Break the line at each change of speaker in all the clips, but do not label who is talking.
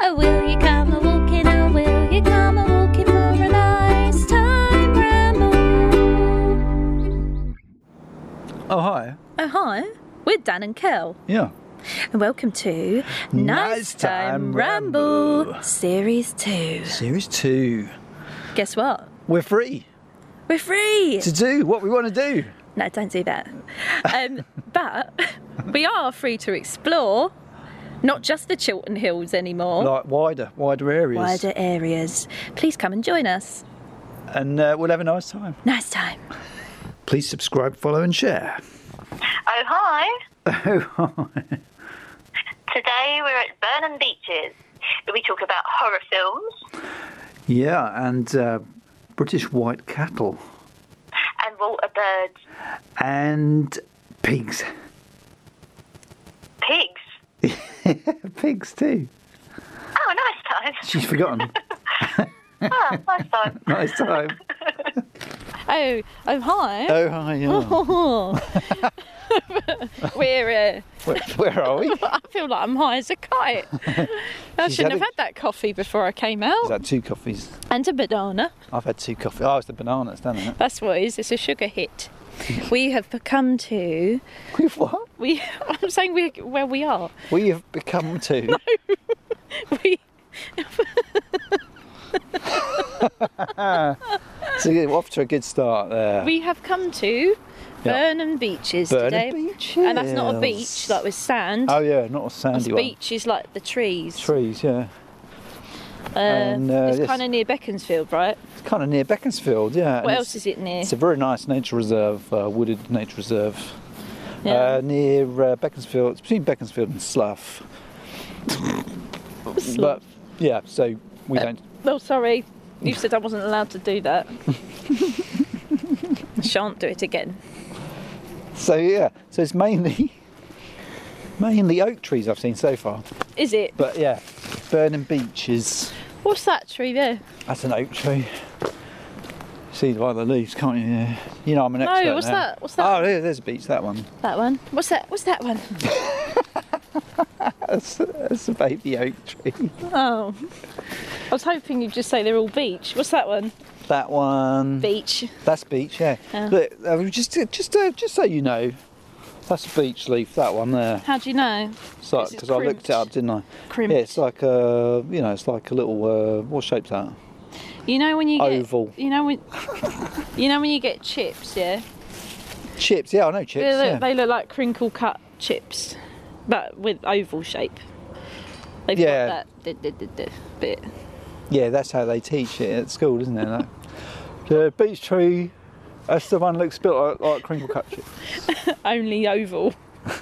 Oh, will you come a walking? Oh, will you come a walking for a nice time ramble?
Oh, hi.
Oh, hi. We're Dan and Kel,
Yeah.
and welcome to Nice,
Nice
Time
Time
Ramble, Series 2.
Series two.
Guess what?
We're free
We're free!
to do what we want to do.
No, don't do that. Um, but we are free to explore not just the Chiltern Hills anymore,
Like wider, wider areas.
wider areas. Please come and join us.
And uh, we'll have a nice time.
Nice time.
Please subscribe, follow, and share.
Oh, hi. Today we're at Burnham Beaches. We talk about horror films
Yeah, and uh, British white cattle
and water birds.
and pigs.
Pigs.
pigs, too.
Oh, nice
She's forgotten.
time. Oh, nice time.
nice time.
Oh, oh, hi.
Oh, hi. Yeah.
We're. Uh,
where, where are we? Is
I feel like I'm high as a kite. I
She's had
shouldn't have
a-
had that coffee before I came out.
that two coffees?
And a banana.
I've had two coffees. Oh, it's the bananas, doesn't it?
That's what it is. It's a sugar hit. We have become to.
We've what?
We. I'm saying we where we are.
We have become two.
We.
So you're off to a good start there.
We have come to Burnham Beaches
Burnham
today.
Beaches.
And that's not a beach, like with sand.
Oh yeah, not a
This
sandy one.
beach is like the trees.
Trees, yeah.
Uh,
and, uh,
it's
yes.
kind of near Beaconsfield, right?
It's kind of near Beaconsfield, yeah. and
what
it's-
else is it near?
It's a very nice nature reserve, uh, wooded nature reserve,
Yeah.
uh, near uh, Beaconsfield. It's between Beaconsfield and Slough.
Slough.
But yeah, so we don't.
Oh, sorry. You said I wasn't allowed to do that. Shan't do it again.
So yeah, so it's mainly mainly oak trees I've seen so far.
Is it?
But yeah, Burnham Beach is
What's that tree there?
that's an oak tree. See by the leaves, can't you? Yeah. You know I'm an
No,
expert.
what's
now.
that? What's that?
Oh, there- there's a beach. That one.
That one. What's that? What's that one?
That's, that's a baby oak tree.
Oh. I was hoping you'd just say they're all beach. What's that one?
That one.
Beach.
That's beach, yeah.
Yeah.
Look, uh, just just uh, just so you know, that's a beach leaf. That one there.
How do you know?
It's like
It's
because I looked
crimped.
it up, didn't I?
Crimped.
Yeah, it's like a you know, it's like a little uh, what shape's that?
You know when you get
Oval.
You know when you know when you get chips, yeah.
Chips. Yeah, I know chips.
They look,
Yeah,
they look like crinkle cut chips, but with oval shape. They've
Yeah.
got that d- d- d- d- bit.
yeah, that's how they teach it at school, isn't it? Like, the beach tree. That's the one that looks built like, like crinkle cut chip
Only oval.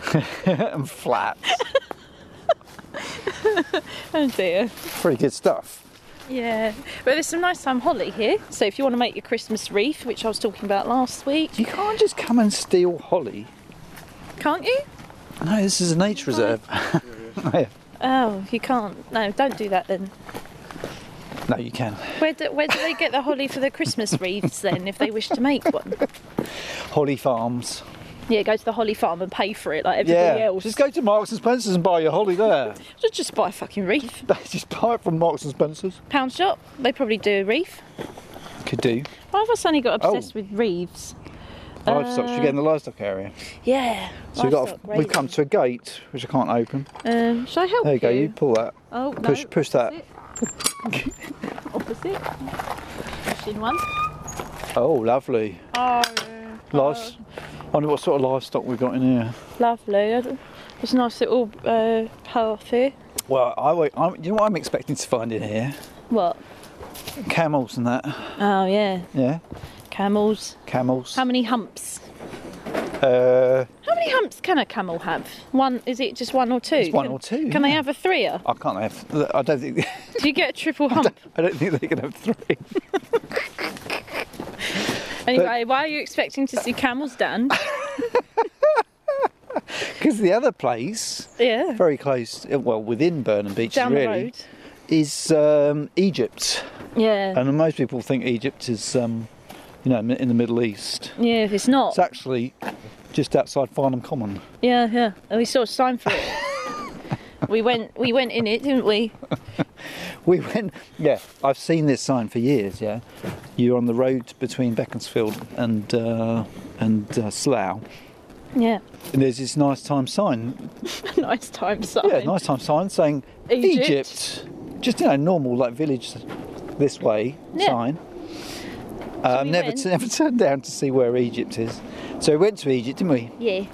and flat.
Oh dear.
Pretty good stuff.
Yeah. But there's some nice time holly here. So if you want to make your Christmas wreath, which I was talking about last week,
You can't just come and steal holly.
can't you?
No, this is a nature reserve. Yeah.
Oh, you can't. No, don't do that then.
no, you can.
Where do, where do they get the holly for the Christmas wreaths then, if they wish to make one?
Holly Farms.
Yeah, go to the holly farm and pay for it like everybody
Yeah,
else.
just go to Marks and Spencers and buy your holly there.
Just, just buy a fucking wreath.
They just buy it from Marks and Spencers.
Pound shop, they probably do a wreath.
Could do.
Why have I suddenly got
Oh.
obsessed with wreaths?
Livestock. Should we get in the livestock area?
Yeah.
So we've got.
livestock
A, we've come
grazing.
to a gate which I can't open.
Um, should I help
There you
you?
go. You pull that.
Oh, no.
push- push that.
Opposite. Opposite. Pushing one.
Oh, lovely.
Oh,
Lives. wonder what sort of livestock we've got in here.
lovely. It's a nice little uh, path here.
Well, I, wa- I'm, you know what I'm expecting to find in here?
What?
Camels and that.
Oh, yeah.
Yeah,
Camels.
camels.
How many humps?
Uh,
How many humps can a camel have? One? Is it just one or two?
one
Can-
or two,
Can they
yeah.
have a threer?
I can't have. I don't think.
Do you get a triple hump?
I don't think they can have three.
Anyway, why are you expecting to see camels, Dan?
Because the other place,
Yeah.
very close, uh, well, within Burnham Beach,
Down
really,
the road.
is um, Egypt,
Yeah.
and most people think Egypt is, um, you know, in the Middle East.
yeah, if it's not.
It's actually just outside Farnham Common.
Yeah, yeah. And we saw a sign for it. we went we went in it, didn't we?
We went, yeah, I've seen this sign for years, yeah. You're on the road between Beaconsfield and uh, and uh, Slough,
Yeah.
and there's this nice time sign,
nice time sign.
yeah, nice time sign saying Egypt.
Egypt.
Just, you know, normal, like village this way
Yeah.
sign. Um,
we
never,
went.
never turned down to see where Egypt is. So we went to Egypt, didn't we?
Yeah.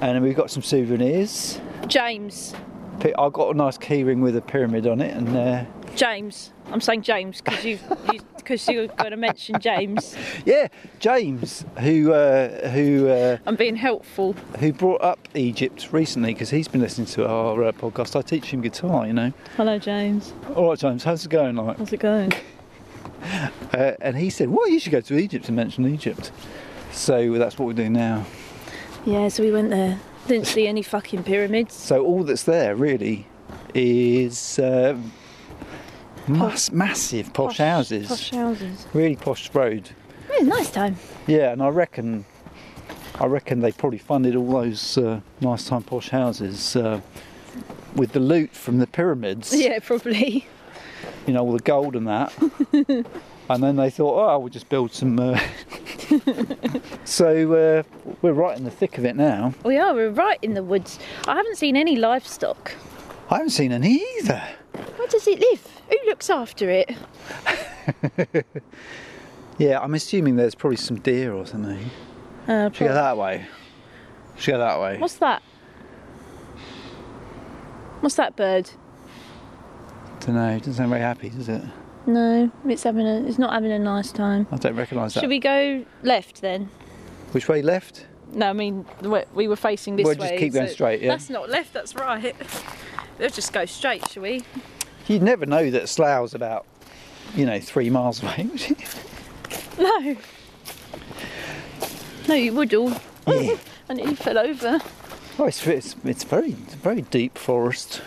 And we got some souvenirs.
James.
Pi- I got a nice keyring with a pyramid on it, and uh,
James. I'm saying James because you because you, are going to mention James.
yeah, James, who uh, who uh,
I'm being helpful.
who brought up Egypt recently because he's been listening to our uh, podcast. I teach him guitar, you know.
Hello, James.
All right, James, how's it going? Like,
How's it going?
uh, and he said, "Well, you should go to Egypt and mention Egypt." So that's what we're doing now.
Yeah, so we went there. Didn't see any fucking pyramids.
So all that's there really is uh, mass, massive posh, houses,
Posh houses.
really posh road.
It was a nice time.
Yeah, and I reckon, I reckon they probably funded all those uh, nice time posh houses uh, with the loot from the pyramids.
Yeah, probably.
you know, all the gold and that. and then they thought, oh, we'll just build some. Uh... so uh, we're right in the thick of it now.
We are. We're right in the woods. I haven't seen any livestock.
I haven't seen any either.
Where does it live? Who looks after it?
Yeah, I'm assuming there's probably some deer or something.
Uh,
Should we go that way? Should we go that way?
What's that? What's that bird?
don't know. Doesn't sound very happy, does it?
No, it's having a. It's not having a nice time.
I don't recognise that.
Should we go left then?
Which way left?
No, I mean we- we were facing this
We'll
way.
just keep going straight, yeah.
That's not left. That's right. Let's just go straight, shall we?
You'd never know that Slough's about, you know, three miles away.
No. No, you would all.
yeah.
I nearly fell over.
Oh, it's, it's, it's very very deep forest,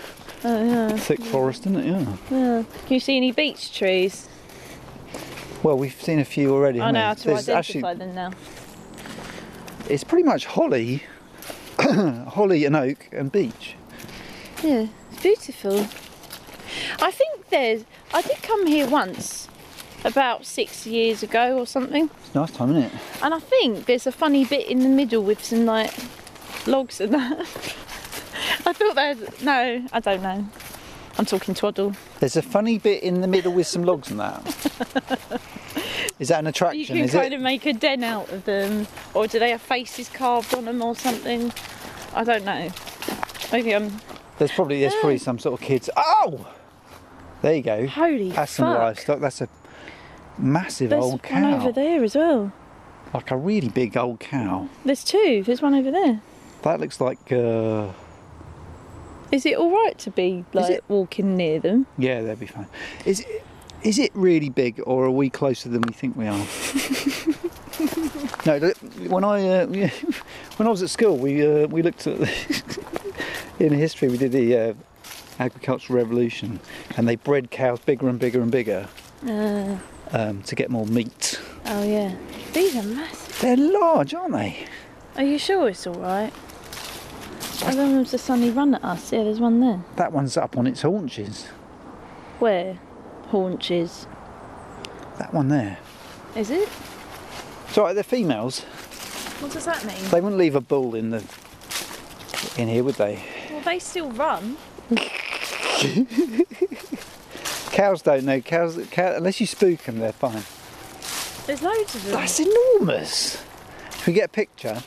Oh yeah.
thick forest, isn't it? Yeah.
yeah. Can you see any beech trees?
Well, we've seen a few already.
I
haven't
know
we?
how to
There's
identify them now.
It's pretty much holly, holly and oak and beech.
Yeah, it's beautiful. I think there's. I did come here once, about six years ago or something,
It's nice time, isn't it?
and I think there's a funny bit in the middle with some like logs and that. I thought there's. No, I don't know. I'm talking twaddle.
There's a funny bit in the middle with some logs and that. Is that an attraction?
You can
is
kind
it?
of make a den out of them, or do they have faces carved on them or something? I don't know. Maybe I'm.
There's probably there's probably some sort of kids. Oh, there you go.
Holy
That's some
fuck.
livestock. That's a massive
There's
old
one
cow.
over there as well.
Like a really big old cow.
There's two. There's one over there.
That looks like. Uh,
Is it all right to be like
it-
walking near them?
Yeah, that'd be fine. Is it, is it really big, or are we closer than we think we are? no, look, when I uh, when I was at school, we uh, we looked at in history. We did the uh, agricultural revolution, and they bred cows bigger and bigger and bigger
Uh,
um, to get more meat.
oh yeah. These are massive.
They're large, aren't they?
Are you sure it's all right? Oh, then there's a sunny run at us. Yeah, there's one there.
That one's up on its haunches.
Where? Haunches.
That one there.
Is it?
It's all right. They're females.
What does that mean?
They wouldn't leave a bull in the in here, would they?
Well, they still run.
Cows don't know. Cows, cow, unless you spook them, they're fine.
There's loads of them.
That's enormous. Can we get a picture?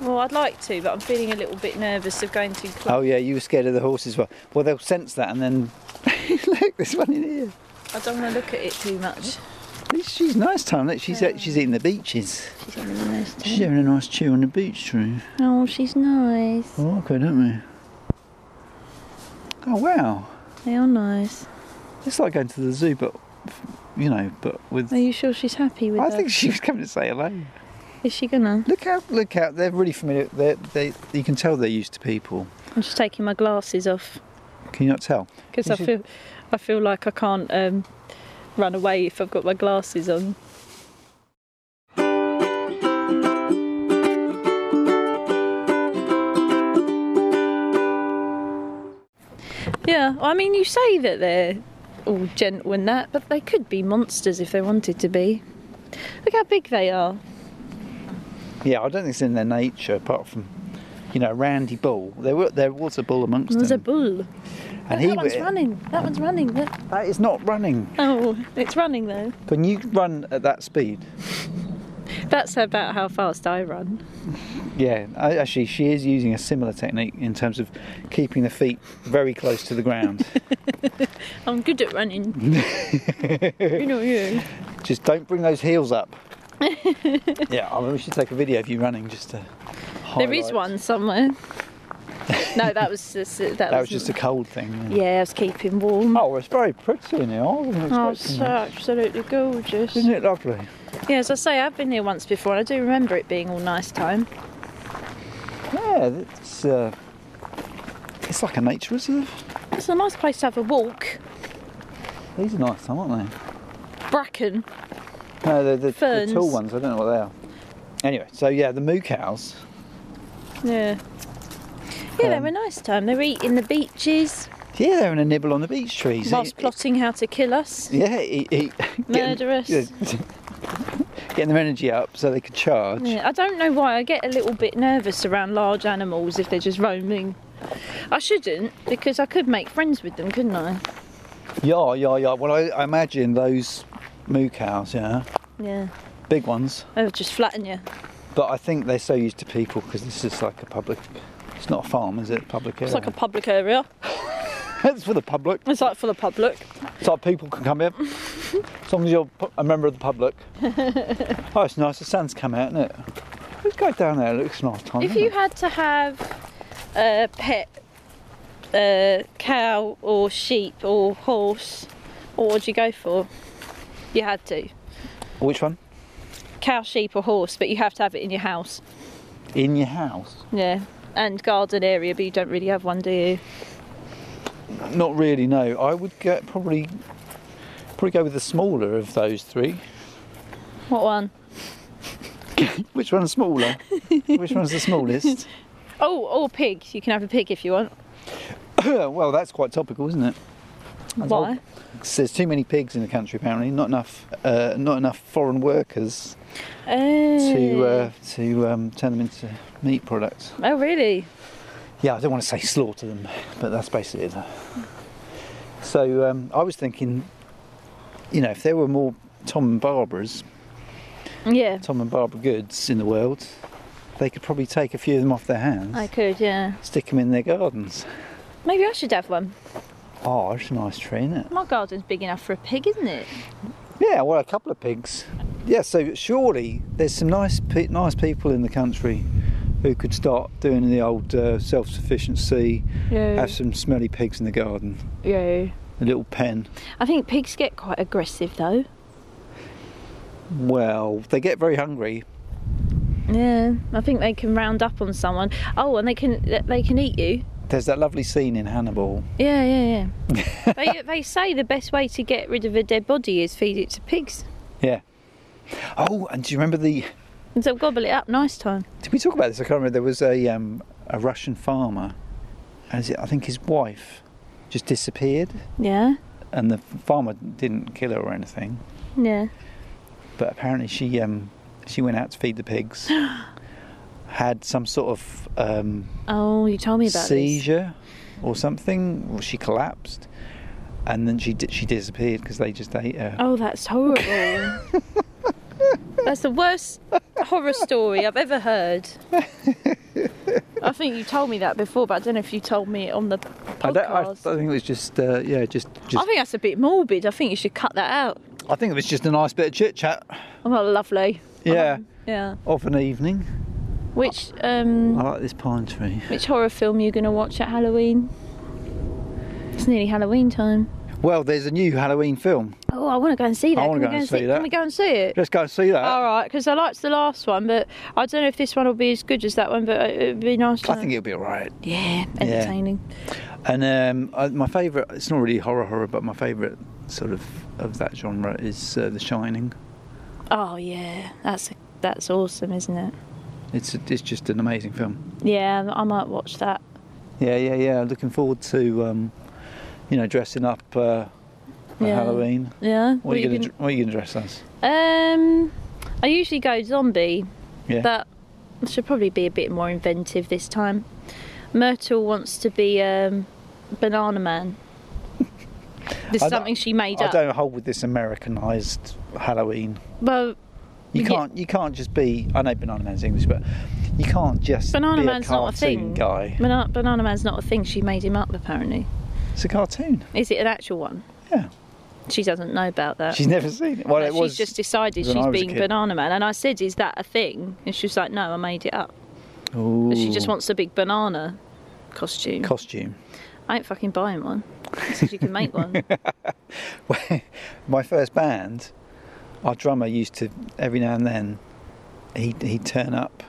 Well, I'd like to, but I'm feeling a little bit nervous of going too close.
Oh yeah, you were scared of the horses. Well, well, they'll sense that, and then look, there's one in here.
I don't want to look at it too much.
At least She's nice time. Look, she's uh, she's eating the beaches.
She's having a nice
She's
time.
having a nice chew on the beach tree.
Oh, she's nice.
I like her, don't we? Oh wow,
They are nice.
it's like going to the zoo, but you know, but with.
Are you sure she's happy with
I
her?
think she was coming to say hello.
Is she gonna?
Look out! Look out! They're really familiar. They're, they you can tell they're used to people.
I'm just taking my glasses off.
Can you not tell?
because
You
I
should-
feel I feel like I can't um, run away if I've got my glasses on. Yeah, I mean, you say that they're all gentle and that, but they could be monsters if they wanted to be. Look how big they are.
Yeah, I don't think it's in their nature, apart from, you know, Randy Bull. There, were, there was a bull amongst
There's a
them.
bull.
and
that one's
wa-
running. That one's running. That-
That is not running.
Oh, it's running though.
Can you run at that speed?
That's about how fast I run.
Yeah, I, actually, she is using a similar technique in terms of keeping the feet very close to the ground.
I'm good at running. you know you.
just don't bring those heels up. yeah, I mean, we should take a video of you running just to.
There is
highlight.
one somewhere. No, that was just that,
That was just a cold thing. Yeah.
Yeah, I was keeping warm.
Oh, it's very pretty in here. I wasn't
Oh, it's
expecting
so
that.
absolutely gorgeous.
Isn't it lovely?
Yeah, as I say, I've been here once before and I do remember it being all nice time.
Yeah, it's uh, it's like a nature reserve.
It's a nice place to have a walk.
These are nice, though, aren't
Bracken.
they? No, they're the, the
Ferns.
tall ones. I don't know what they are. Anyway, so yeah, the moo cows.
Yeah. Yeah, they
Um,
were nice time. They were eating the beaches
Yeah, they're in a nibble on the beech trees.
whilst
Eat-
plotting how to kill us.
Yeah, eat, eat, getting-
Murder us.
yeah, getting their energy up so they could charge.
Yeah, I don't know why I get a little bit nervous around large animals if they're just roaming. I shouldn't because I could make friends with them, couldn't I?
Yeah, yeah, yeah. Well, I, I imagine those moo cows, yeah,
Yeah,
big ones.
they would just flatten you.
But I think they're so used to people because this is like a public. It's not a farm, is it? Public area.
It's like a public area.
it's for the public.
It's like for the public.
So people can come here. As long as you're pu- a member of the public. oh, it's nice. The sun's come out, isn't it? Let's go down there. It looks nice. Time,
If
doesn't
you
it?
had to have a pet uh, cow or sheep or horse, what would you go for? You had to.
Which one?
Cow, sheep or horse, but you have to have it in your house.
In your house?
Yeah. And garden area, but you don't really have one, do you?
Not really. No, I would get probably probably go with the smaller of those three.
What one?
Which one's smaller? Which one's the smallest?
Oh, or pig. You can have a pig if you want.
well, that's quite topical, isn't it? That's all-
Why?
'Cause there's too many pigs in the country, apparently. Not enough, uh, not enough foreign workers
Eh.
to uh, to um, turn them into meat products.
oh, really?
Yeah, I don't want to say slaughter them, but that's basically it. So um, I was thinking, you know, if there were more Tom and Barbara's,
Yeah.
Tom and Barbara goods in the world, they could probably take a few of them off their hands,
I could, yeah.
stick them in their gardens.
Maybe I should have one.
Oh, it's a nice tree, isn't it?
My garden's big enough for a pig, isn't it?
Yeah, well, a couple of pigs. Yeah, so surely there's some nice, pe- nice people in the country who could start doing the old uh, self-sufficiency.
Yeah.
Have some smelly pigs in the garden,
Yeah.
a little pen.
I think pigs get quite aggressive though.
Well, they get very hungry.
Yeah, I think they can round up on someone. Oh, and they can they can eat you.
There's that lovely scene in Hannibal.
Yeah, yeah, yeah. they they say the best way to get rid of a dead body is feed it to pigs.
Yeah. Oh, and do you remember the?
And so gobble it up. Nice time.
Did we talk about this? I can't remember. There was a um, a Russian farmer, and is it- I think his wife just disappeared,
Yeah,
and the farmer didn't kill her or anything.
yeah.
but apparently she um, she went out to feed the pigs, had some sort of um,
Oh, you told me about this.
seizure or something. Or she collapsed, and then she di- she disappeared because they just ate her.
Oh, that's horrible. that's the worst horror story I've ever heard. I think you told me that before, but I don't know if you told me it on the podcast.
I, don't, I, I think it was just uh, yeah, just, just
I think that's a bit morbid. I think you should cut that out.
I think it was just a nice bit of chit chat.
Oh, well, lovely.
Yeah,
Yeah.
of an evening.
Which
I
um,
like this pine tree.
which horror film are you gonna watch at Halloween? It's nearly Halloween time.
Well, there's a new Halloween film.
Oh, I want to go and see that.
I
Can
wanna
we
go and see
it?
that.
Can we go and see it?
Let's go and see that.
All right, because I liked the last one, but I don't know if this one will be as good as that one. But it would be nice. To
I think it'll be all right.
yeah, entertaining.
And um, I, my favourite, it's not really horror horror, but my favourite sort of of that genre is uh, The Shining.
Oh yeah, that's that's awesome, isn't it?
It's it's just an amazing film.
Yeah, I might watch that.
Yeah, yeah, yeah. Looking forward to um, you know, dressing up uh, for
Yeah.
Halloween.
Yeah.
What are you going
have
to What are you going to dress as?
been- Um, I usually go zombie.
Yeah.
That should probably be a bit more inventive this time. Myrtle wants to be um, banana man. This
I
is
don't-
something she made
I
up.
don't hold with this Americanized Halloween.
Well,
You
Yeah.
can't. You can't just be. I know Banana Man's English, but you can't just
Banana
be
Man's
a
not a
cartoon
thing.
guy.
banana, banana man's not a thing. She made him up apparently.
It's a cartoon.
Is it an actual one?
Yeah.
She doesn't know about that.
She's never seen it. Well,
No,
it
she's
was
just decided
when
she's
I was a
being
kid.
banana man. And I said, "Is that a thing?" And she was like, "No, I made it up." But she just
Ooh.
wants a big banana costume.
costume.
I ain't fucking buying one. I said you can make one.
My first band, our drummer used to every now and then, he'd, he'd turn up,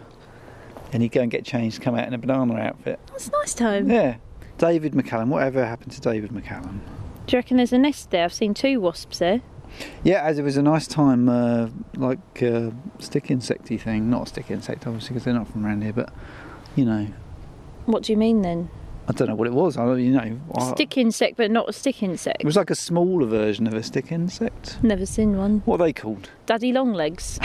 and he'd go and get changed, come out in a banana outfit.
That's nice time.
Yeah. David McCallum. Whatever happened to David McCallum?
Do you reckon there's a nest there? I've seen two wasps there.
Yeah, as it was a nice time, uh, like uh, stick insecty thing. Not a stick insect, obviously, because they're not from around here. But you know,
What do you mean then?
I don't know what it was. I don't, you know, I-
stick insect, but not a stick insect.
It was like a smaller version of a stick insect.
Never seen one.
What are they called?
Daddy long legs.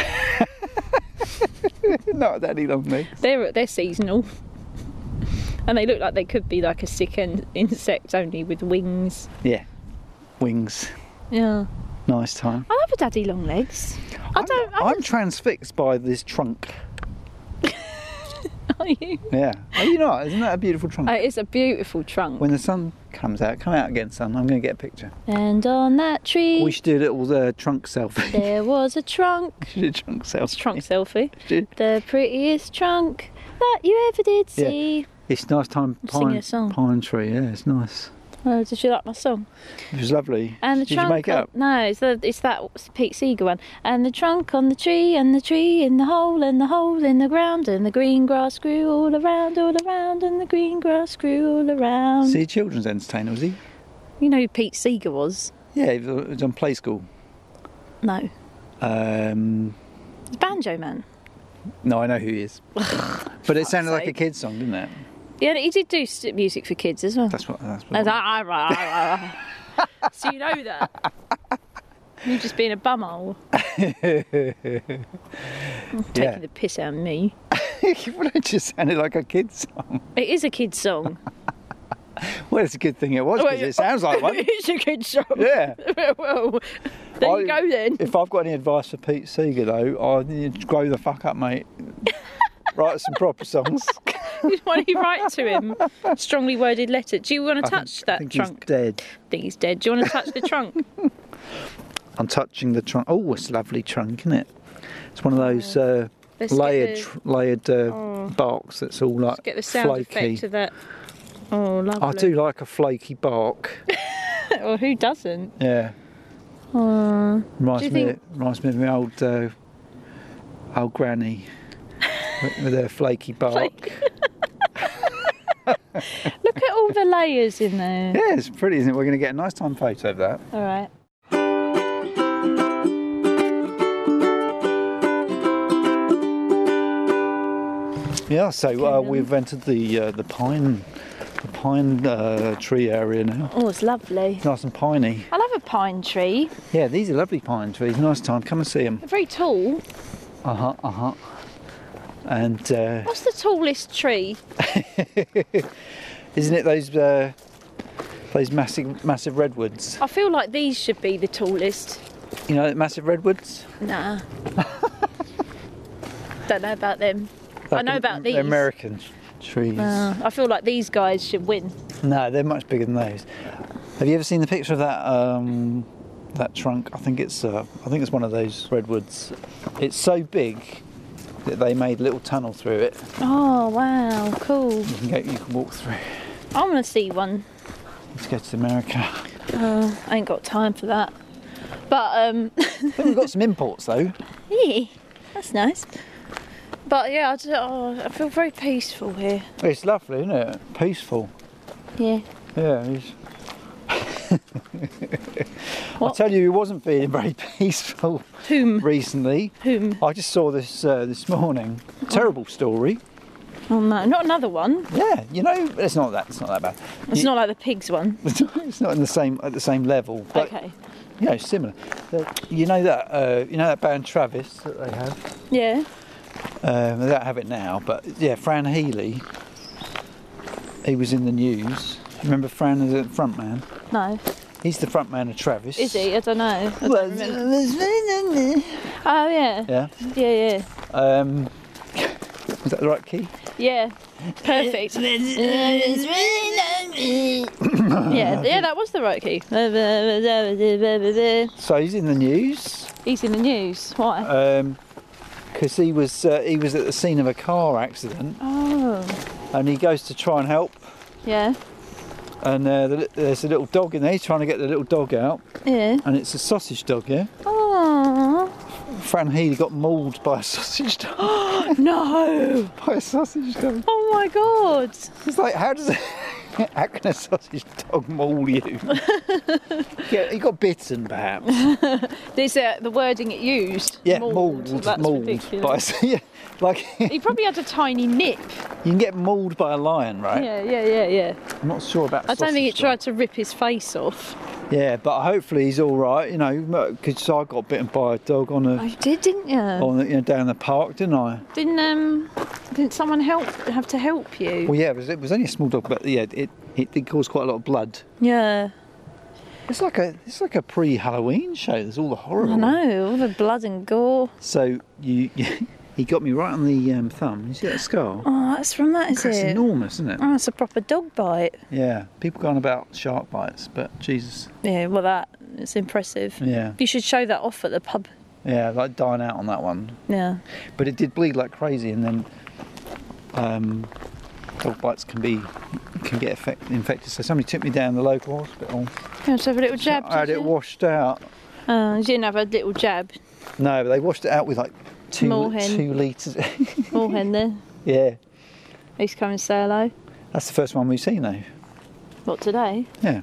Not daddy long legs.
They're they're seasonal. And they look like they could be like a stick in- insect only with wings.
Yeah, wings.
Yeah.
Nice time.
I love a daddy long legs. I
I'm-
don't.
I'm,
I don't
transfixed by this trunk.
are you?
Yeah. Are you not? Isn't that a beautiful trunk?
Uh, it's a beautiful trunk.
when the sun comes out, come out again, sun. I'm going to get a picture.
and on that tree,
We should do a little uh, trunk selfie.
there was a trunk.
We should do a trunk
It's
selfie.
trunk selfie.
Should-
The prettiest trunk that you ever did
Yeah.
see.
It's nice time.
Sing
Pine,
a song.
pine tree. Yeah, it's nice.
Oh, did you like my song?
It was lovely.
And the
Did
trunk
you make it
on-
up?
No, it's, the, it's that Pete Seeger one. And the trunk on the tree, and the tree in the hole, and the hole in the ground, and the green grass grew all around, all around, and the green grass grew all around.
See, a children's entertainer was he?
You know who Pete Seeger was?
Yeah, he was, he was on play school.
No.
Um,
It's Banjo Man.
no, I know who he is. but it sounded like a
sake.
kid's song, didn't it?
Yeah, he did do s- music for kids as well.
That's what. That's what.
And I- "Ah, I- I- I- ah, so you know that. You just being a bumhole. Taking
Yeah.
the piss out of me.
well, it just sounded like a kid's song.
It is a kid's song.
Well, it's a good thing it was because it sounds like one.
it's a kid's song.
Yeah.
well, there you
I-
go then.
If I've got any advice for Pete Seeger though, I need to grow the fuck up, mate. Write some proper songs.
Why don't you write to him? Strongly worded letter. Do you want to
I think-
touch
I
that
think
trunk?
He's dead.
I think he's dead. Do you want to touch the trunk?
I'm touching the trunk. Oh, it's a lovely trunk, isn't it? It's one of those uh,
Let's get
layered
the- Oh.
tr- layered uh, barks that's all like
Get the sound
flaky.
effect of that. Oh, lovely.
I do like a flaky bark.
Well, who doesn't?
yeah,
Uh,
reminds
you
me
think-
reminds me of my old uh, old granny with- with her flaky bark.
look at all the layers in there.
Yeah, it's pretty, isn't it? We're going to get a nice time photo of that.
All right.
Yeah, so uh,
Okay, then.
we've entered the uh, the pine the pine uh, tree area now.
Oh, it's lovely.
Nice and piney.
I love a pine tree.
Yeah, these are lovely pine trees. Nice time. Come and see them.
They're very tall.
Uh huh. Uh huh. And uh,
What's the tallest tree?
isn't it those uh, those massive massive redwoods?
I feel like these should be the tallest.
You know, massive redwoods.
Nah. Don't know about them. I
Like
know
the-
about
the
these.
American trees.
Uh, I feel like these guys should win.
No, they're much bigger than those. Have you ever seen the picture of that um, that trunk? I think it's uh, I think it's one of those redwoods. It's so big that they made a little tunnel through it.
Oh wow, cool.
You can go, you can walk through.
I want to see one.
Let's go to America.
Oh, I ain't got time for that. But um,
I think we've got some imports though.
yeah, that's nice. But yeah, I, don't- oh, I feel very peaceful here.
It's lovely, isn't it? Peaceful.
Yeah.
Yeah. It's... I
What?
tell you, he wasn't being very peaceful
Whom?
recently.
Whom?
I just saw this uh, this morning. Terrible story.
Oh no, not another one.
Yeah, you know, it's not that. It's not that bad.
It's
You-
not like the pigs one.
it's not in the same at the same level. But,
okay.
You know, similar. The- You know that. Uh, you know that band Travis that they have.
Yeah.
Um, they don't have it now, but yeah, Fran Healy. He was in the news. Remember Fran as a front man?
No.
He's the front man of Travis.
Is he? I don't know.
Well,
Oh yeah.
yeah.
Yeah yeah.
Um, is that the right key?
Yeah. Perfect. yeah, yeah, that was the right key.
So he's in the news
He's in the news. Why?
because he was uh, he was at the scene of a car accident,
Oh.
and he goes to try and help.
Yeah.
And uh, the, li- there's a little dog in there. He's trying to get the little dog out,
Yeah.
and it's a sausage dog. Yeah,
Oh
Fran Healy got mauled by a sausage dog.
no!
by a sausage dog.
Oh my god!
It's like how does how can a sausage dog maul you? yeah, he got bitten perhaps.
There's uh, the wording it used.
Yeah,
Mauled.
mauled,
That's
mauled, by a,
ridiculous.
s- yeah, like you
He probably had a tiny nip.
can get mauled by a lion, right?
Yeah, yeah, yeah, yeah.
I'm not sure about.
I don't think it
sausage dog.
tried to rip his face off.
Yeah, but hopefully he's all right. You know, because I got bitten by a dog on a
I did, didn't you?
on the, you know, down the park, didn't I?
Oh. Didn't um, didn't someone help? Have to help you?
Well, yeah, it was, it was only a small dog, but yeah, it, it did cause quite a lot of blood.
Yeah.
It's like a it's like a pre-Halloween show. There's all the horror.
I know, all the blood and gore.
So you, he got me right on the um, thumb. You see that scar?
Oh, that's from that, is
That's
it?
enormous, isn't it?
Oh, it's a proper dog bite.
Yeah. People going about shark bites, but Jesus.
Yeah, well, that it's impressive.
Yeah.
You should show that off at the pub.
Yeah, like dying out on that one.
Yeah.
But it did bleed like crazy, and then um, dog bites can be can get affect, infected. So somebody took me down the local hospital.
You want to have a little jab?
I had
did
it
you?
washed out.
Oh, you didn't have a little jab.
No, but they washed it out with like two
Moorhen.
two liters.
All hen there.
yeah,
He's come and say hello.
that's the first one we've seen though.
What today?
Yeah,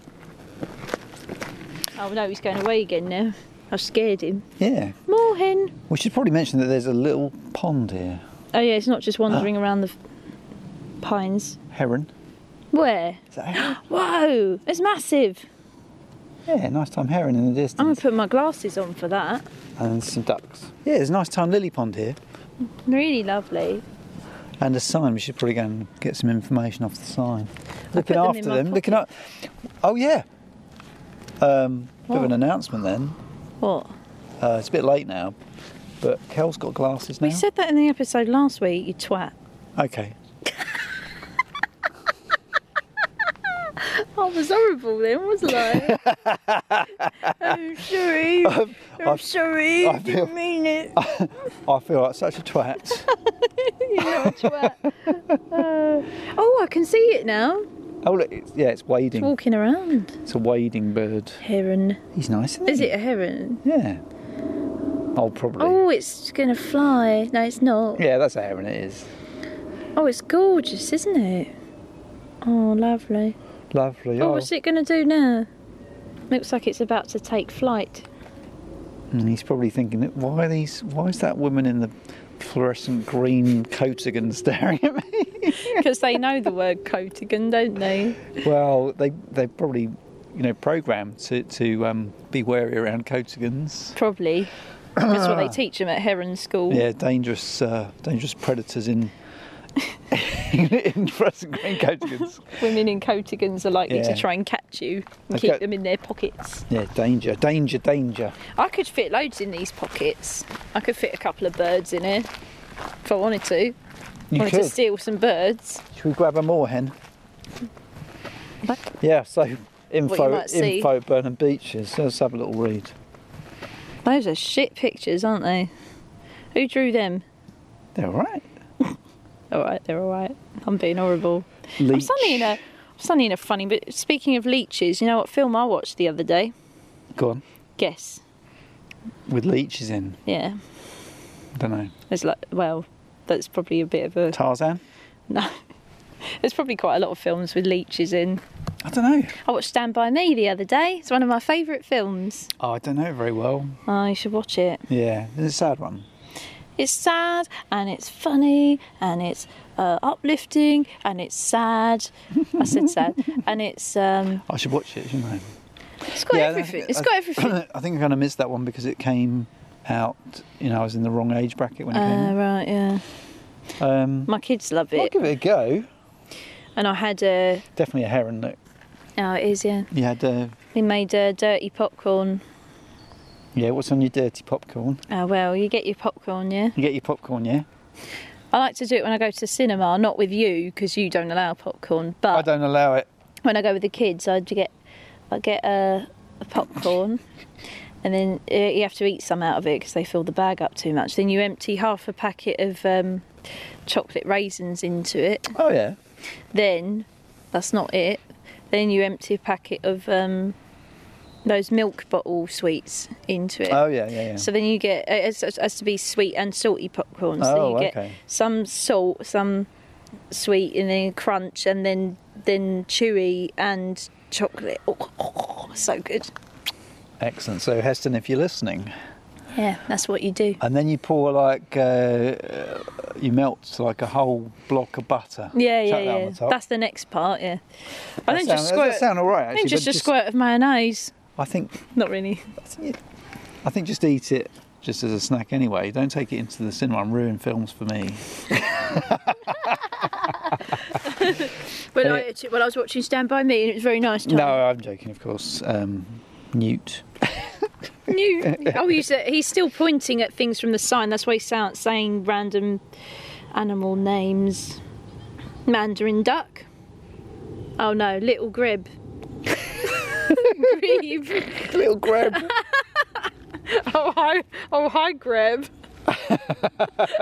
Oh no, he's going away again now. I scared him.
yeah.
More hen.
We should probably mention that there's a little pond here.
Oh yeah, it's not just wandering
Ah.
around the f- pines.
Heron.
Where?
Is that a heron?
Whoa, it's massive.
yeah, nice time heron in the
I'm gonna
distance.
put my glasses on for that.
And some ducks. Yeah, there's a nice time lily pond here.
Really lovely.
And a sign. We should probably go and get some information off the sign. Looking
them in
after
my
them. Looking up. Oh yeah. Um, bit of
What?
an announcement then.
What?
Uh, it's a bit late now, but Kel's got glasses now.
We said that in the episode last week, you twat.
okay.
I was horrible then, wasn't I? I'm sorry. I'm,
I-
sorry.
I
I didn't
feel-
mean it.
I feel like such a twat.
You're not a twat. Uh, oh, I can see it now.
oh look, it's, yeah, it's wading.
Walking around.
It's a wading bird.
Heron.
He's nice, isn't
Is
he?
it a heron?
Yeah. Oh, probably.
Oh, it's gonna fly. No, it's not.
Yeah, that's a heron. It is.
Oh, it's gorgeous, isn't it? Oh, lovely.
Lovely.
Oh,
Oh,
what's it gonna do now? Looks like it's about to take flight.
And he's probably thinking, why are these? Why is that woman in the fluorescent green coat again staring at me?
Because they know the word Cotigan, don't they?
well, they they probably. You know, programmed to to um, be wary around coatigans.
Probably. That's what they teach them at Heron School.
Yeah, dangerous, uh, dangerous predators in in fluorescent green coatigans.
Women in Cotigans are likely
Yeah.
to try and catch you and
Okay.
keep them in their pockets.
Yeah, danger, danger, danger.
I could fit loads in these pockets. I could fit a couple of birds in here if I wanted to.
You
wanted to
could.
steal some birds.
Should we grab a moor hen?
What?
Yeah, so info
might see.
info Burnham Beaches. Let's have a little read.
Those are shit pictures, aren't they? Who drew them?
They're all right.
All right, they're all right. I'm being horrible. I'm
Leech.
suddenly in a, I'm suddenly in a funny. But speaking of leeches, you know what film I watched the other day?
Go on.
Guess.
With leeches in.
Yeah,
Don't know.
it's like well, that's probably a bit of a
Tarzan?
no. There's probably quite a lot of films with leeches in.
I don't know.
I watched Stand By Me the other day. It's one of my favourite films.
Oh, I don't know it very well.
Oh, you should watch it.
Yeah, it's a sad one.
It's sad and it's funny and it's uh, uplifting and it's sad. I said sad and it's um,
I should watch it, shouldn't I?
it's got everything. It's got everything.
I think I kind of missed that one because it came out. You know, I was in the wrong age bracket when it
Uh, right, yeah.
came. out. Um,
My kids love
I'll
Uh, it,
give it a go.
and I had a.
Definitely a heron that
Oh, it is yeah.
you had. Uh,
We made a dirty popcorn.
yeah, what's on your dirty popcorn?
Oh well, you get your popcorn, yeah.
You get your popcorn, yeah.
I like to do it when I go to the cinema, not with you because you don't allow popcorn. But
I don't allow it.
when I go with the kids, I'd get I get a, a popcorn, and then uh, you have to eat some out of it because they fill the bag up too much. Then you empty half a packet of um, chocolate raisins into it.
Oh yeah.
Then that's not it. Then you empty a packet of um, those milk bottle sweets into it.
Oh yeah, yeah, yeah.
So then you get uh, it has, it has to be sweet and salty popcorn. So
Oh,
you get
okay.
some salt, some sweet, and then crunch, and then then chewy and chocolate. Oh, so good.
Excellent. So Heston, if you're listening,
Yeah, that's what you do.
and then you pour like uh, you melt like a whole block of butter.
Yeah,
Chuck
yeah,
that on
yeah.
the top.
That's the next part. Yeah, I don't
That
just
sound-
squirt.
That sound all right.
I
Actually,
think just
but
a squirt of mayonnaise.
I think
Not really.
I think just eat it just as a snack anyway. Don't take it into the cinema and ruin films for me.
When
Yeah.
I actually- when I was watching Stand by Me, and it was very nice. Time.
No, I'm joking, of course. Um, Newt.
New. Oh, he's, he's still pointing at things from the sign. That's why he's sa- saying random animal names. Mandarin duck. Oh no, little grib. grib.
Little grab.
Oh hi, oh hi, grib.
oh, that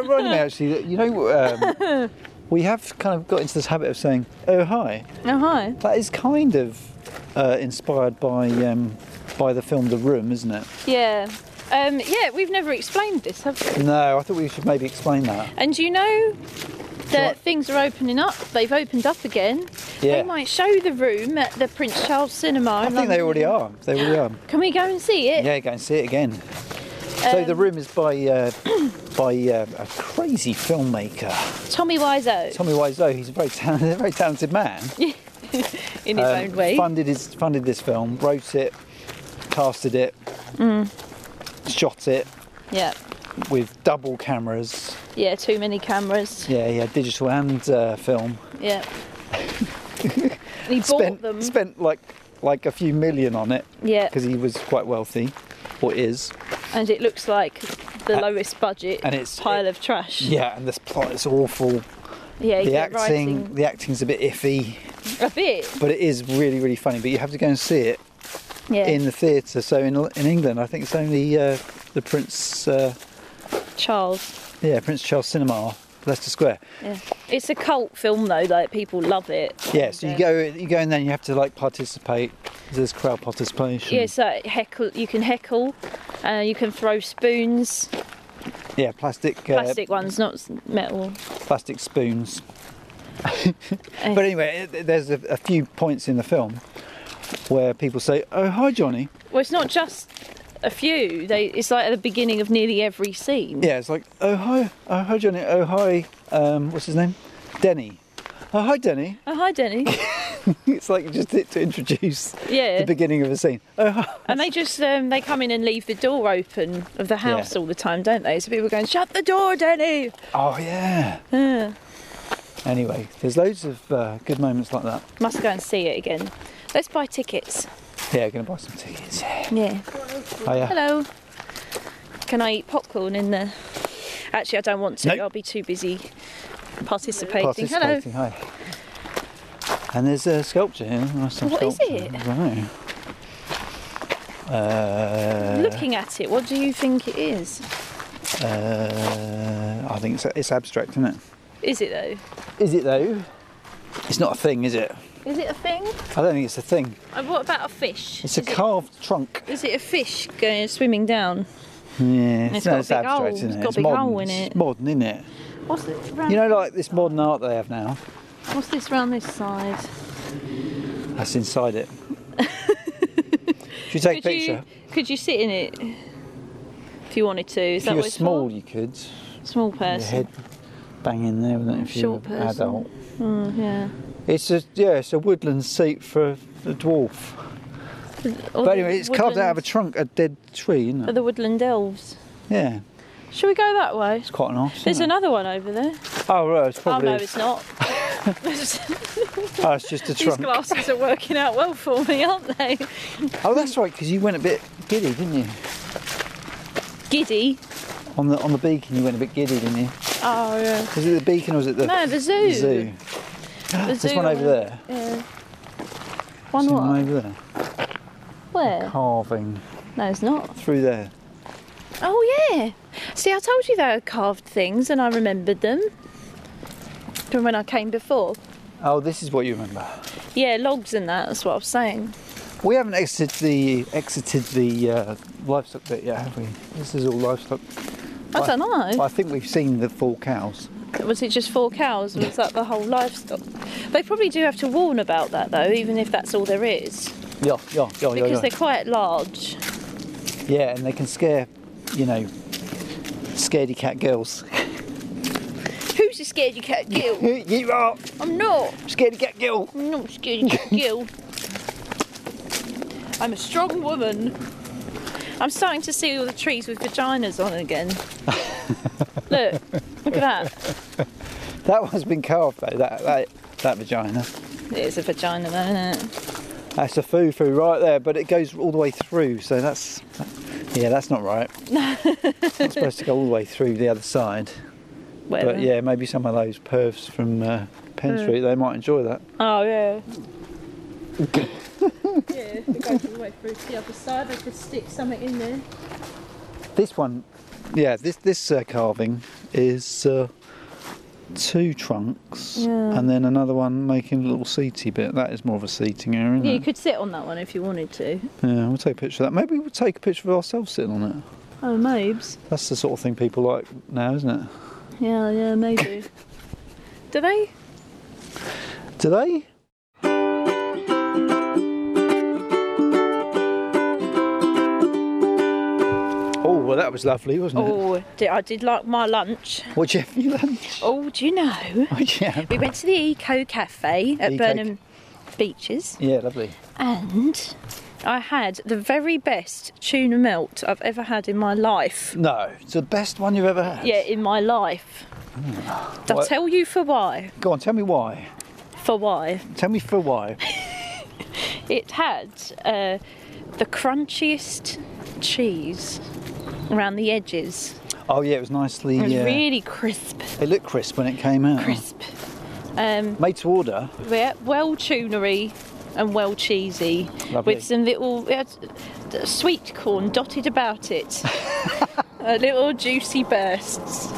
reminded me actually that, you know, um, we have kind of got into this habit of saying, oh, hi.
Oh hi.
That is kind of uh, inspired by. Um, by the film The Room, isn't it?
Yeah. Um, yeah, we've never explained this, have we?
No, I thought we should maybe explain that.
And you know that
Right.
things are opening up. They've opened up again.
Yeah.
They might show the room at the Prince Charles Cinema.
I think they already are. They already are.
Can we go and see it?
Yeah, go and see it again. so the
Um,
room is by uh, by uh, a crazy filmmaker,
Tommy Wiseau.
Tommy Wiseau. He's a very talented, very talented man.
in his
Um,
own way.
Funded his funded this film, wrote it, casted it,
Mm.
shot it
Yeah,
with double cameras.
yeah, too many cameras.
Yeah, yeah, digital and uh, film.
Yeah. And he
Spent
bought them.
spent like like a few million on it
Yeah,
because he was quite wealthy, or is.
and it looks like the
Uh,
lowest budget
and it's-
pile of trash.
Yeah, and this plot is awful.
yeah
The
you're
acting,
writing
the acting's a bit iffy,
a bit.
but it is really really funny. But you have to go and see it
Yeah,
in the theatre. So in in England, I think it's only uh, the Prince, uh,
Charles.
yeah, Prince Charles Cinema, Leicester Square.
Yeah, it's a cult film though. Like people love it.
Yeah, so you
And, uh,
go you go in there and you have to like participate. There's crowd participation.
Yeah, so heckle. You can heckle. Uh, you can throw spoons,
Yeah, plastic uh,
plastic ones, not s- metal.
plastic spoons.
Uh,
But anyway, it- there's a, a few points in the film where people say, "Oh, hi, Johnny."
well, it's not just a few. They. It's like at the beginning of nearly every scene.
Yeah, it's like, "Oh, hi, oh, hi, Johnny. Oh, hi, um, what's his name? Denny. Oh, hi, Denny."
Oh hi, Denny.
it's like just to, to introduce
Yeah.
the beginning of a scene. Oh, hi.
And they just um, they come in and leave the door open of the house
Yeah.
all the time, don't they? So people are going, "Shut the door, Denny."
Oh yeah.
Uh,
Anyway, there's loads of uh, good moments like that.
must go and see it again. Let's buy tickets.
Yeah, gonna buy some tickets. Oh
Yeah.
yeah.
Mm. Hello. Can I eat popcorn in the? Actually, I don't want to.
Nope.
I'll be too busy participating. Hello.
Participating. Hi. And there's a sculpture here. Nice little
What is
sculpture.
it?
I don't know. Uh,
Looking at it, what do you think it is?
uh, I think it's, it's abstract, isn't it?
Is it though?
Is it though? It's not a thing, is it?
Is it a thing?
I don't think it's a thing.
And what about a fish?
It's
Is
a
it-
carved trunk.
Is it a fish going swimming down?
Yeah,
it's
no,
got a
it's
big
abstract,
hole.
isn't
It's
it?
got a
it's
big
modern.
hole in
It's
it.
modern, isn't it?
What's it round?
You know, like this modern art they have now.
what's this round this side?
That's inside it. Should we take a
could
picture?
You, could you sit in it? if you wanted to. Is
If
that
you're
what it's
small,
for?
you could.
Small
Your
person.
head bang in there, wouldn't it, if
Short
you're
person.
adult.
Mm, yeah.
It's a yeah, it's a woodland seat for the dwarf.
Or
but
the Uh,
anyway, it's carved out of a
woodland-
trunk, a dead tree, isn't
or
it?
the woodland elves.
Yeah,
Should we go that way?
it's quite nice.
There's
isn't it?
another one over there.
Oh right, it's probably.
Oh no, it's not.
oh, it's just a
These
trunk.
glasses are working out well for me, aren't they?
Oh, that's right, because you went a bit giddy, didn't you?
Giddy.
On the on the beacon, you went a bit giddy, didn't you?
Oh yeah.
Was it the beacon or was it the
No, the zoo.
the zoo?
The
There's
zoo
one over there.
Yeah. One
See
what?
one over there.
Where?
Carving
No, it's not.
through there.
Oh yeah. See, I told you they were carved things, and I remembered them from when I came before.
Oh, this is what you remember.
Yeah, logs and that. That's what I was saying.
We haven't exited the exited the uh, livestock bit yet, have we? This is all livestock.
I don't know.
Well, I think we've seen the four cows.
Was it just four cows, or was that the whole livestock? They probably do have to warn about that though, even if that's all there is,
Yeah, yeah, yeah, Oh, yeah.
because
yeah.
they're quite large.
Yeah, and they can scare, you know, scaredy cat girls.
Who's a scaredy cat girl?
you are
I'm not.
scaredy cat girl.
I'm not a scaredy cat girl. I'm a strong woman. I'm starting to see all the trees with vaginas on again. look, look at that.
That one's been carved though. That that that vagina.
It's a vagina, though, isn't it?
That's a foo foo right there, but it goes all the way through. So that's yeah, that's not right. it's not supposed to go all the way through the other side.
Whatever.
But yeah, maybe some of those perfs from uh, Penn Street they might enjoy that.
Oh yeah. yeah, if it goes all the way through to the other side, I could stick something in there.
This one, yeah, this this uh, carving is uh, two trunks
Yeah.
and then another one making a little seaty bit. That is more of a seating area, isn't
Yeah, you
it?
could sit on that one if you wanted to.
Yeah, we'll take a picture of that. Maybe we'll take a picture of ourselves sitting on it.
Oh, mabes.
That's the sort of thing people like now, isn't it?
Yeah, yeah, maybe. Do they?
Do they? Oh, well, that was lovely, wasn't it?
Oh, di- I did like my lunch.
What you have for your lunch?
Oh, do you know?
Oh, yeah.
We went to the Eco Cafe at
Eco-
Burnham Beaches
Yeah, lovely.
and I had the very best tuna melt I've ever had in my life.
No, it's the best one you've ever had.
Yeah, in my life. I'll
Hmm. What-
tell you for why.
Go on, tell me why.
For why.
Tell me for why.
It had uh, the crunchiest cheese around the edges.
Oh yeah, it was nicely.
It was
yeah.
really crisp,
It looked crisp when it came out.
crisp. Um,
Made to order.
yeah, well tunery and well cheesy,
Lovely.
with some little it had sweet corn dotted about it, uh, little juicy bursts.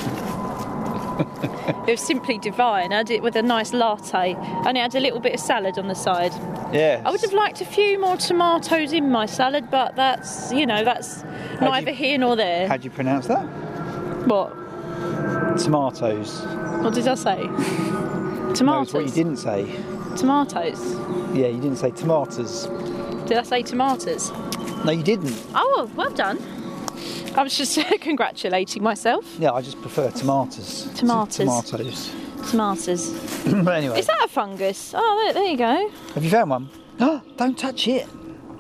It was simply divine. I had it with a nice latte, and it had a little bit of salad on the side.
Yeah.
I would have liked a few more tomatoes in my salad, but that's you know that's
you-
neither here nor there.
How do you pronounce that?
what?
Tomatoes.
What did I say?
No,
Tomatoes.
it's what you didn't say.
Tomatoes.
Yeah, you didn't say tomatoes.
Did I say tomatoes?
No, you didn't.
Oh, well done. I was just uh, congratulating myself.
Yeah, I just prefer tomatoes. to
Tomatoes.
Tomatoes.
Tomatoes.
but anyway,
Is that a fungus? Oh, there, there you go.
have you found one? Don't touch it.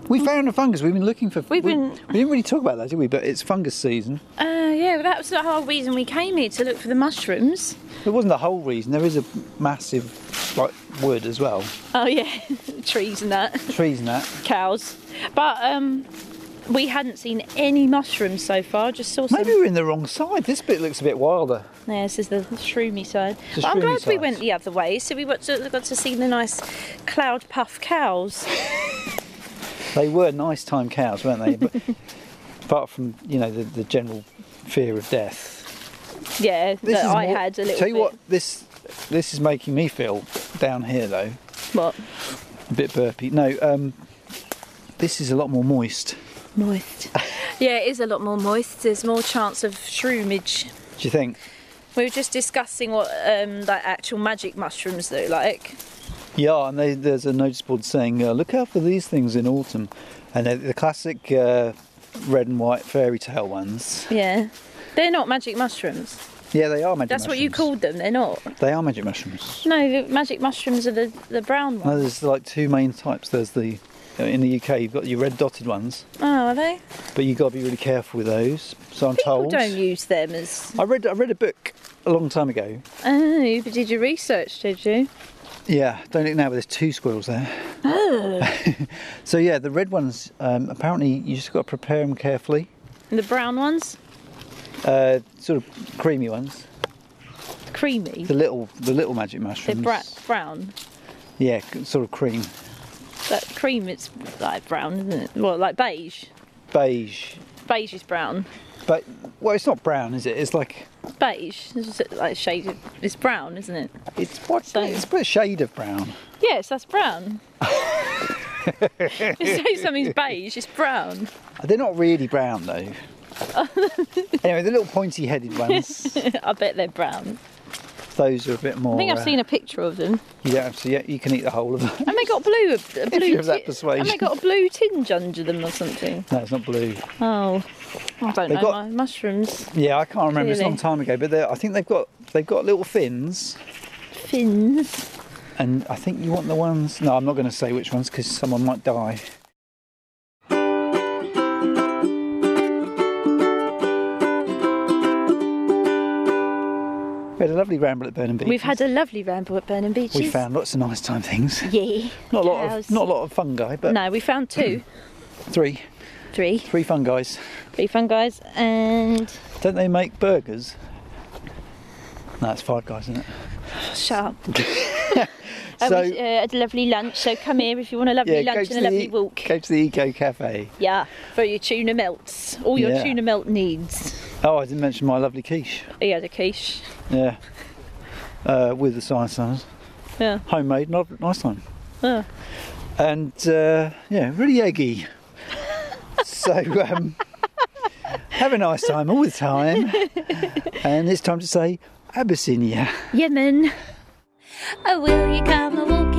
We found a fungus. We've been looking for.
We've
we,
been-
We didn't really talk about that, did we? But it's fungus season.
Uh, yeah, well, that was the whole reason we came here to look for the mushrooms.
It wasn't the whole reason. There is a massive, like, wood as well,
Oh yeah, trees and that,
trees and that.
cows. But um, we hadn't seen any mushrooms so far. Just saw some.
Maybe we're in the wrong side. This bit looks a bit wilder.
Yeah, this is the shroomy side.
The
But I'm
shroomy
glad we
side.
went the other way, so we got to, got to see the nice cloud puff cows.
They were nice time cows, weren't they? But apart from you know the, the general fear of death,
Yeah, that
is
I
more-
had a little
Tell you
bit.
what, this this is making me feel down here though
What?
a bit burpy. No, um, this is a lot more moist.
Moist. yeah, it is a lot more moist. There's more chance of shroomage.
Do you think?
We were just discussing what um, like actual magic mushrooms look like.
Yeah, and they, there's a notice board saying uh, look out for these things in autumn, and the, the classic uh, red and white fairy tale ones.
Yeah. They're not magic mushrooms.
Yeah, they are magic
That's what you
mushrooms.
called them. They're not.
They are magic mushrooms.
No, the magic mushrooms are the, the brown
No,
ones.
there's like two main types. There's the uh, in the UK you've got your red dotted ones,
Oh, are they?
but you got to be really careful with those. So I'm
People
told.
don't use them as.
I read I read a book a long time ago.
Oh, but did you research? Did you?
Yeah, don't look now, but there's two squirrels there.
Oh.
so yeah, the red ones um, apparently you just got to prepare them carefully.
And the brown ones,
Uh, sort of creamy ones.
creamy.
The little the little magic
They're
mushrooms.
bra- brown.
Yeah, c- sort of cream,
That cream, it's like brown, isn't it? Well, like beige.
beige.
Beige is brown.
But well, it's not brown, is it? It's like
Beige, it's just like shaded. It's brown, isn't it?
it's what?
So-
It's a shade of brown.
Yes, that's brown. you say something's beige, it's brown.
They're not really brown though. anyway, the little pointy-headed ones.
I bet they're brown.
those are a bit more.
I think I've
uh,
seen a picture of them.
You don't have to. Yeah, you can eat the whole of them.
And they got blue. A blue
you're of that
ti-
persuasion.
And they got a blue tinge under them or something.
no, it's not blue.
Oh, I don't
They've
know
got-
my mushrooms.
Yeah, I can't remember. It's a long
Really?
time ago, but they're- I think they've got they've got little fins,
Fins.
and I think you want the ones. No, I'm not going to say which ones because someone might die. We had a lovely ramble at Burnham Beach.
We've had a lovely ramble at Burnham Beaches.
we found lots of nice time things.
Yeah.
Not a lot
Cows.
of not a lot of fungi, but
No, we found two,
three
three,
three fungi's.
three fun guys, and
Don't they make burgers? No, it's five guys, isn't it?
shut up. And
So-
we uh, had a lovely lunch. So come here if you want a lovely lunch and a lovely walk.
Go to the Eco Cafe.
Yeah, for your tuna melts, all your
Yeah.
tuna melt needs.
Oh, I didn't mention my lovely quiche.
He had a quiche.
Yeah. Uh, with the science sums.
Yeah.
Homemade, not nice one.
Oh.
And uh, yeah, really eggy. so um, have a nice time all the time. And it's time to say Abyssinia.
Yemen.
Oh, will you come a walk